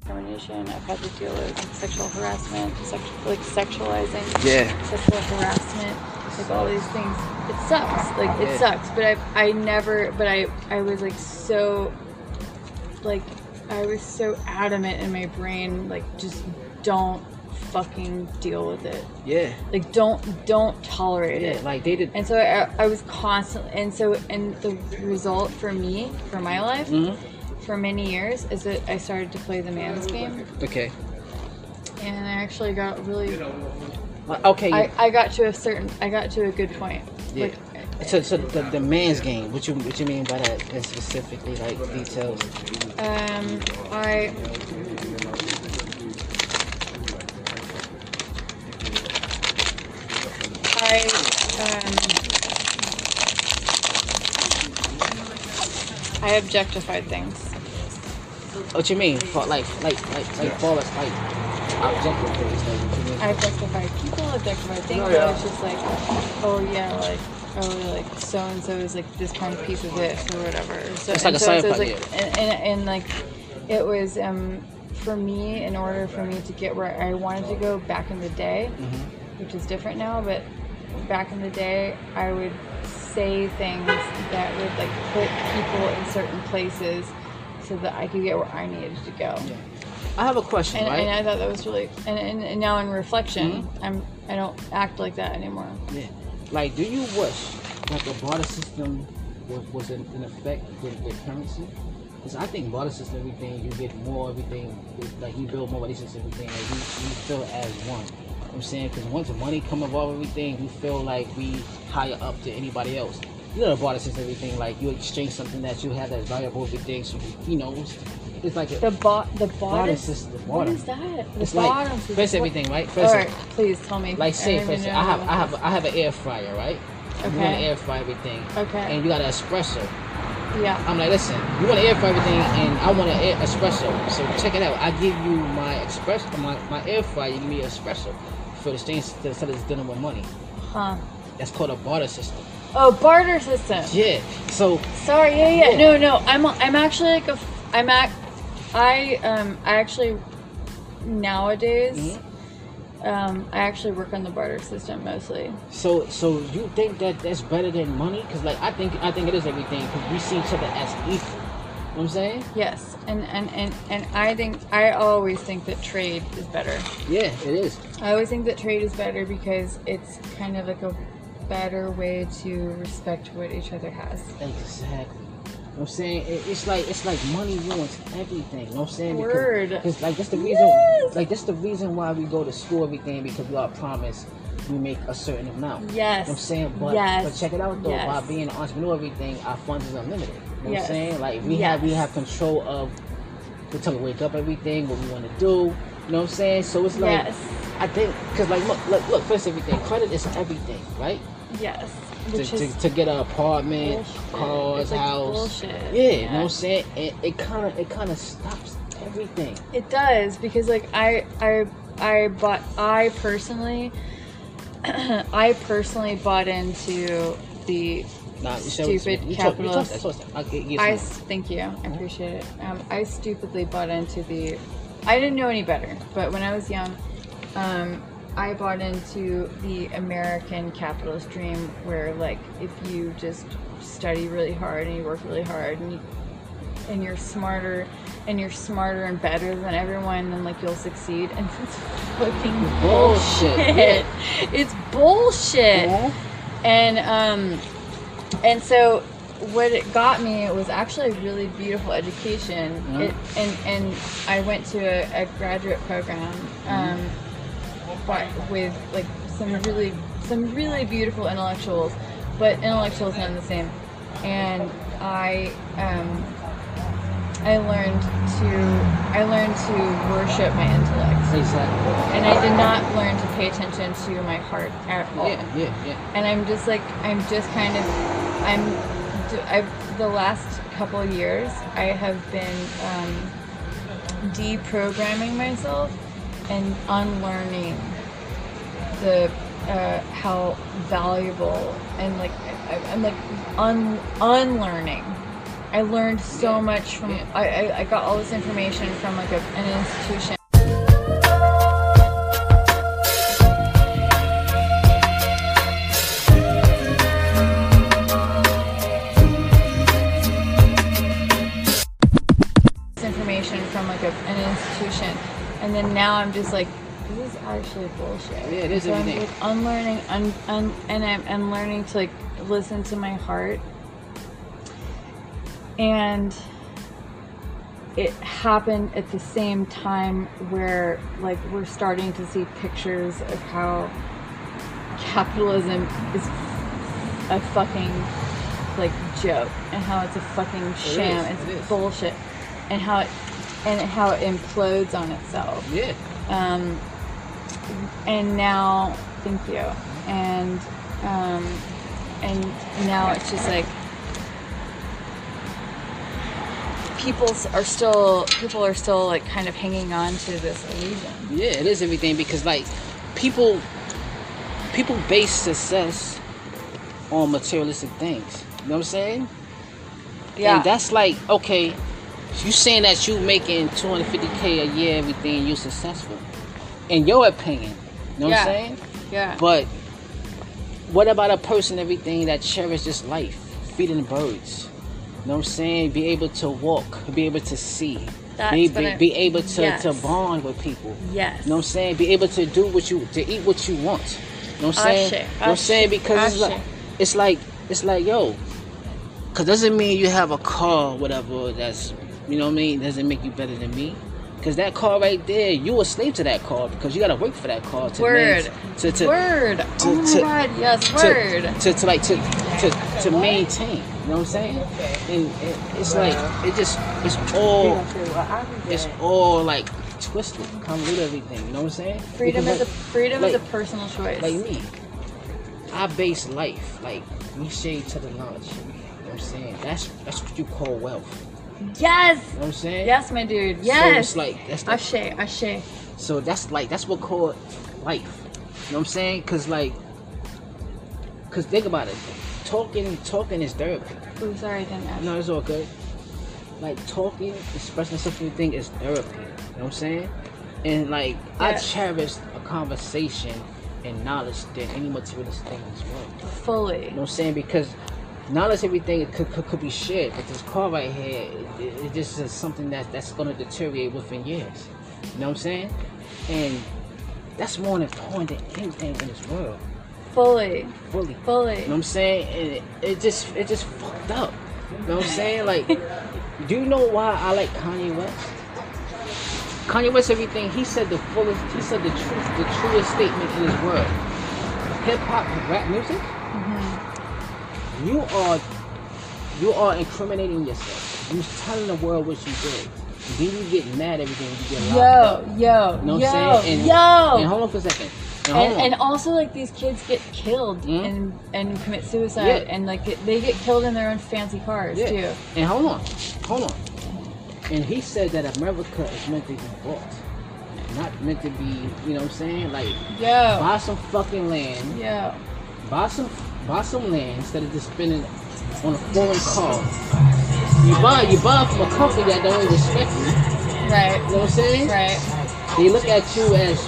discrimination. I've had to deal with sexual harassment, sexual, like sexualizing, Yeah. sexual harassment, like all these things. It sucks. Like it Yeah. sucks. But I I never. But I I was like so, like I was so adamant in my brain. Like just don't fucking deal with it. Yeah. Like don't don't tolerate Yeah. it. Like they did. And so I, I was constantly, and so, and the result for me, for my life, for many years, is that I started to play the man's game. Okay. And I actually got really, Uh, Okay. I, I got to a certain, I got to a good point. yeah. Like, so, so the, the man's game. What you what you mean by that? And specifically, like details. um, I, I, um, I objectified things. What you mean? For, like, like, like, like, for us, like, objective things. Like, what you mean? I objectify people, objectify things. Oh, yeah. I was just like, oh yeah, like oh like so and so is like this kind of piece of this or whatever. So It's like and a so it side was, plot, like, and, and, and like it was um for me in order for me to get where I wanted to go back in the day, Mm-hmm. which is different now, but back in the day I would say things that would like put people in certain places so that I could get where I needed to go I have a question, and, right? Hmm? and I thought that was really and, and, and now in reflection I'm I don't act like that anymore Yeah. Like, do you wish that the barter system was, was in, in effect with, with currency? Because I think barter system, everything, you get more, everything, like, you build more relationships, everything, like, you, you feel as one. You know what I'm saying, because once money come involved, with everything, you feel like we higher up to anybody else. You know, the barter system, everything, like, you exchange something that you have that's valuable, everything, so, you, you know, it's, it's like a, the bot the bottom system, the what bottom. is that the it's like, bottom system. first What- everything, right? First, all right please tell me like I say don't for even instance, know I have what I have I have an air fryer, right? You want to Okay. air fry everything. Okay. And you got an espresso. that- yeah I'm like, listen, you want to air fry everything, and I want an air espresso. So check it out. I give you my espresso, my, my air fryer. You give me espresso for the exchange instead of dealing with money. huh That's called a barter system. oh barter system Yeah. So sorry yeah yeah Yeah. no no I'm I'm actually like a f- I'm ac I um I actually nowadays Hmm? um I actually work on the barter system mostly so so you think that that's better than money? Because like I think I think it is everything. Because we see each other as equal. You know what I'm saying? yes and and and and I think I always think that trade is better. Yeah, it is. I always think that trade is better because it's kind of like a better way to respect what each other has. Exactly. You know what I'm saying It- it's like it's like money ruins everything. You know what I'm saying? Word. Because 'cause, like that's the reason. Yes. Like that's the reason why we go to school everything because we are promised we make a certain Yes. amount. You know what I'm saying, but, Yes. but check it out though. Yes. By being an entrepreneur, everything our funds is unlimited. You know what Yes. I'm saying? Like we have we Yes. have control of we tell you wake up everything what we want to do. You know what I'm saying? So it's like Yes. I think because like look look look first everything credit is everything right Yes. to, Which to, is to get an apartment, bullshit. cars, It's like house. bullshit. Yeah, you know Yeah. what I'm saying? It, it kind of it kind of stops everything. it does because like I I I bought I personally I personally bought into the Nah, you should- Stupid you talk- you talk- capitalist. talk that. I'll get- get I some- s- thank you. I appreciate it. Um, I stupidly bought into the. I didn't know any better, but when I was young, um, I bought into the American capitalist dream, where like if you just study really hard and you work really hard and you, and you're smarter and you're smarter and better than everyone, then like you'll succeed. And it's fucking Bullshit. bullshit. It's bullshit Yeah. and um and so what it got me was actually a really beautiful education Yeah. it, and and i went to a, a graduate program Mm-hmm. um but with like some really some really beautiful intellectuals but intellectuals none the same and i um i learned to i learned to worship my intellect Exactly. and i did not learn to pay attention to my heart at all Yeah, yeah, yeah. and I'm just like I'm just kind of I'm I've the last couple of years I have been um, deprogramming myself and unlearning the uh, how valuable and like I, I'm like un, unlearning I learned so Yeah. much from. Yeah. I, I I got all this information from like a, an institution. This information from like a, an institution, and then now I'm just like, this is actually bullshit. Yeah, it is So I'm everything. like unlearning, un, un, and I'm and learning to like listen to my heart and it happened at the same time where like we're starting to see pictures of how capitalism is a fucking like joke and how it's a fucking sham is, it's it is. bullshit and how it and how it implodes on itself Yeah. um, and now thank you and um, and now it's just like people s- are still people are still like kind of hanging on to this illusion Yeah, it is everything because like people people base success on materialistic things. You know what I'm saying? yeah And that's like, okay, you saying that you making 250k a year, everything, you're successful. In your opinion. You know what yeah. I'm saying? yeah But what about a person, everything that cherishes life, feeding the birds? You know what I'm saying? Be able to walk, be able to see, That's be, what be, I- be able to, to Yes. bond with people. yes You know what I'm saying? Be able to do what you to eat what you want. You know what I'm saying? Ashe, You know what I'm ashe, saying? Because it's ashe. like it's like it's like yo. Cause doesn't mean you have a car, whatever. That's you know what I mean. Doesn't make you better than me. Cause that car right there, you a slave to that car because you gotta work for that car to word main- to, to, word oh my to- god yes to, word to, to like to to, to maintain. You know what I'm saying? And it, it's like it just it's all it's all like twisted, convoluted everything. You know what I'm saying? freedom Because is a like- freedom is like- a personal choice like me. I base life like we shade to the knowledge. You know what I'm saying? That's that's what you call wealth. yes You know what I'm saying? yes my dude So yes it's like that's the, ashe ashe so that's like that's what called life. You know what I'm saying? Cause like, cause think about it. Talking talking is therapy. Ooh, sorry i didn't ask No, it's all good. Like talking, expressing something you think is therapy. You know what I'm saying? And like Yes. I cherish a conversation and knowledge than any materialistic thing in this world. fully You know what I'm saying? Because knowledge, everything could, could, could be shared. But this car right here, it, it, it just is something that, that's going to deteriorate within years. You know what I'm saying? And that's more important than anything in this world. fully Fully. fully You know what I'm saying? And it, it just it just fucked up. You know what I'm saying? Like, do you know why I like Kanye West? Kanye West, everything he said the fullest, he said the truth, the truest statement in his world. Hip hop, and rap music. Mm-hmm. You are, you are incriminating yourself. You telling the world what you did. Then you get mad every day when you get locked up. Yo, yo, You know what yo, I'm saying? And, yo. and hold on for a second. And, hold and, on. and also like these kids get killed Mhm. and and commit suicide Yeah. and like get- they get killed in their own fancy cars too. And hold on, hold on. And he said that America is meant to be bought, not meant to be. You know what I'm saying? Like Yo, buy some fucking land, yo, buy some buy some land instead of just spending on a foreign car. You buy you buy from a company that don't even respect you. You right, know what I'm saying? right. They look at you as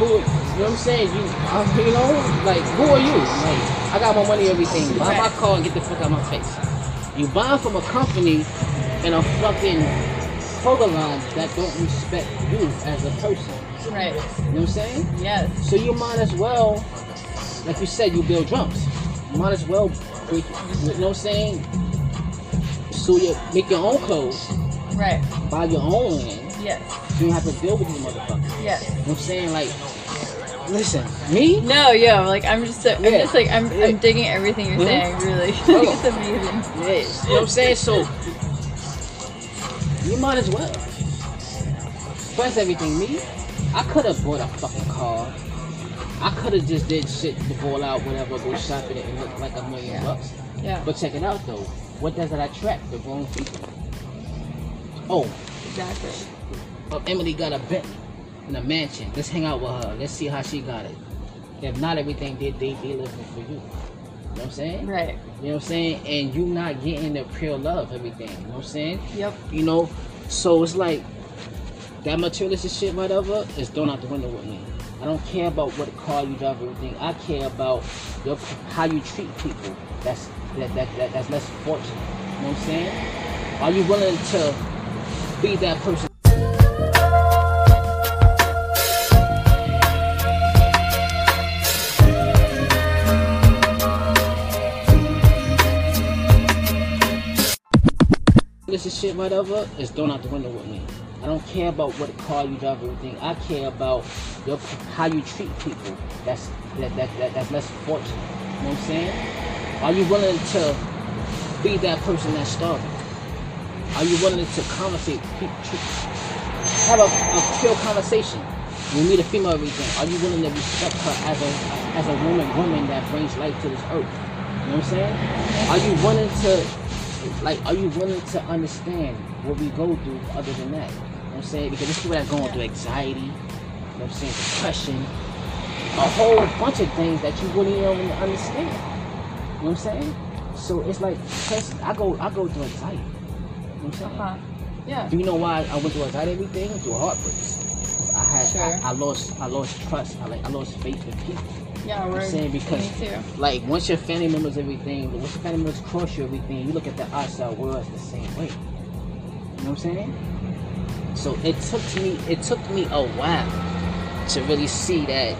who? You know what I'm saying? You um, you know like who are you? Like I got my money, everything. Buy my Right. car and get the fuck out of my face. You buy from a company and a fucking program that don't respect you as a person. Right. You know what I'm saying? Yes. So you might as well, like you said, you build drums. You might as well, break, you know what I'm saying? So you make your own clothes, Right. buy your own land. Yes. You don't have to deal with these motherfuckers. Yes. You know what I'm saying? Like, listen, me? No, yo, like I'm just so, I'm Yeah. just like I'm, Yeah. I'm digging everything you're Mhm. saying. Really, Hold it's amazing. Yes. You know what I'm saying? So, you might as well. First everything, me? I could have bought a fucking car. I could have just did shit to ball out, whatever, go shopping and look like a million Yeah. bucks. Yeah. But check it out though. What does that attract? The wrong people. Oh, Exactly. oh, Emily got a Bentley in a mansion. Let's hang out with her. Let's see how she got it. If not, everything they they they living for you. know what I'm saying? Right. You know what I'm saying? And you not getting the pure love, everything. You know what I'm saying? Yep. You know, so it's like that materialistic shit, whatever, is thrown out the window with me. I don't care about what car you drive, everything. I care about your how you treat people. That's that, that, that that's less fortunate. You know what I'm saying? Are you willing to be that person? This is shit, whatever, is thrown out the window with me. I don't care about what car you drive, everything. I care about your how you treat people. That's that, that, that that's less fortunate. You know what I'm saying? Are you willing to be that person that's starving? Are you willing to conversate, pe- tr- have a, a pure conversation? When you meet a female, everything. Are you willing to respect her as a as a woman, woman that brings life to this earth? You know what I'm saying? Are you willing to like? Are you willing to understand what we go through? Other than that, you know what I'm saying because there's people that going through anxiety, you know what I'm saying depression, a whole bunch of things that you wouldn't even understand. You know what I'm saying? So it's like 'cause I go I go through anxiety. You know what I'm saying? Huh. Uh-huh. Yeah. Do you know why I went through anxiety and everything? Through heartbreaks. 'Cause I had Sure. I, I lost I lost trust. I like I lost faith in people. Yeah. We're I'm saying because me too. like once your family members everything, once your family members cross you everything, you look at the outside world as the same way. You know what I'm saying? So it took me it took me a while to really see that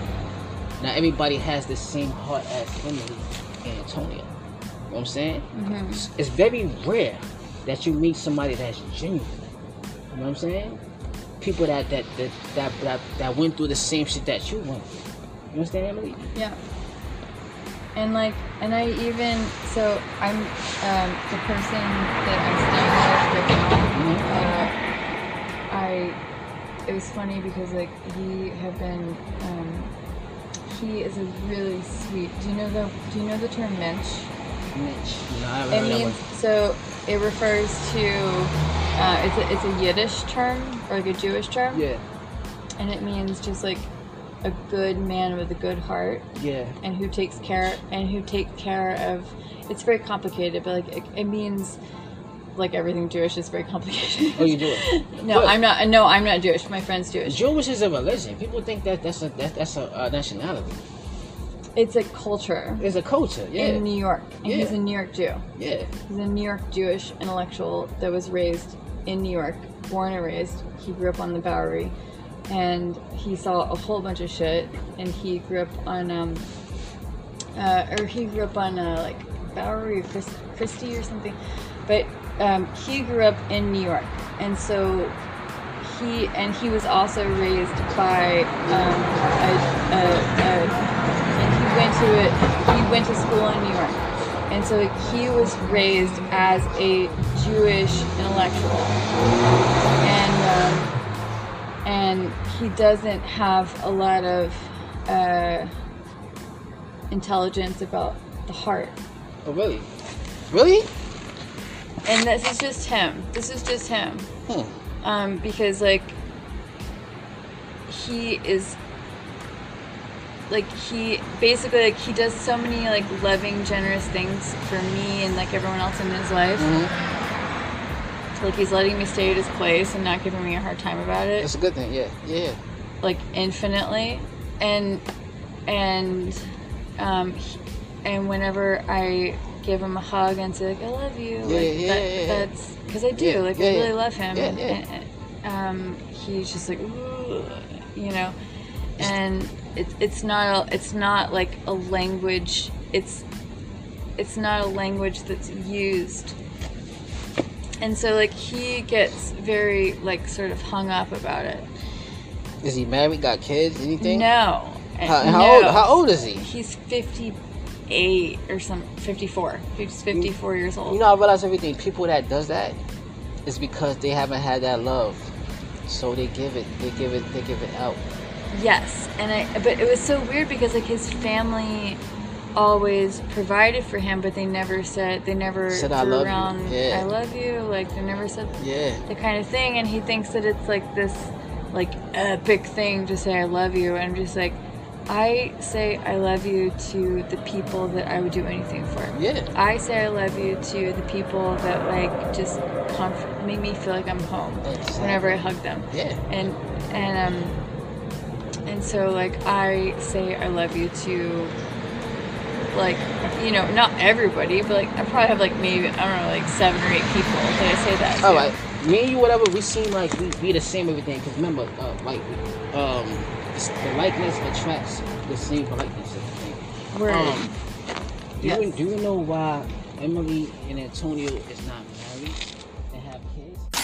not everybody has the same heart as Emily and Antonio. You know what I'm saying? Mhm. It's, it's very rare that you meet somebody that's genuine. You know what I'm saying? People that that that that that, that went through the same shit that you went through. You understand, Emily? Yeah. And like, and I even so I'm um, the person that I'm staying with right now. Uh, I it was funny because like we have been. Um, he is a really sweet. Do you know the Do you know the term mensch? Uh, Mitch. No, I It haven't heard means so. It refers to. Uh, it's a, it's a Yiddish term or like a Jewish that term, one. Yeah, and it means just like a good man with a good heart yeah. and who takes care and who take care of it's very complicated but like it, it means like everything jewish is very complicated Oh, you Jewish? no Good. i'm not no i'm not jewish my friend's jewish Jewish is a religion. People think that that's a that, that's a uh, nationality. it's a culture It's a culture. Yeah, in new york and he's Yeah. a new york jew yeah. he's a new york jewish intellectual that was raised in new york born and raised he grew up on the bowery and he saw a whole bunch of shit and he grew up on um uh, or he grew up on uh, like Bowery or Chris, Christie or something, but um, he grew up in New York, and so he and he was also raised by um, a, a, a and he went to a, he went to school in New York, and so he was raised as a Jewish intellectual, and. Um, and he doesn't have a lot of uh, intelligence about the heart. Oh, really? Really? And this is just him. This is just him. Hmm. Um, because, like, he is. Like he basically like he does so many like loving, generous things for me and like everyone else in his life. Mm-hmm. Like he's letting me stay at his place and not giving me a hard time about it. That's a good thing. Yeah, yeah. like infinitely and and um he- and whenever i give him a hug and say like i love you Yeah, like yeah, yeah, yeah. that's because i do Yeah, like yeah, i really yeah. love him Yeah, and, yeah. and- um he's just like Ooh, you know and it, it's not a, it's not like a language it's it's not a language that's used and so like he gets very like sort of hung up about it Is he married? Got kids? Anything? no. How, Uh, how no. old? How old is he? He's 58 or some 54. He's 54 years old. You know, I realize everything. People that does that is because they haven't had that love, so they give it, they give it, they give it out. yes. And I but it was so weird because like his family always provided for him but they never said they never Said, "I threw love you." around Yeah. I love you like they never said Yeah, the kind of thing and he thinks that it's like this like epic thing to say I love you and I'm just like I say I love you to the people that I would do anything for. Yeah. I say I love you to the people that like just comf- make me feel like I'm home Exactly. whenever I hug them. Yeah. And and um and so like I say I love you to like you know not everybody but like I probably have like maybe I don't know like seven or eight people that I say that. to. All right, me and you, whatever. We seem like we be the same everything. Cause remember, uh, like, um, the likeness attracts the same likeness. Everything. Word. Um, do, you, Yes. do you know why Emily and Antonio is not married and have kids?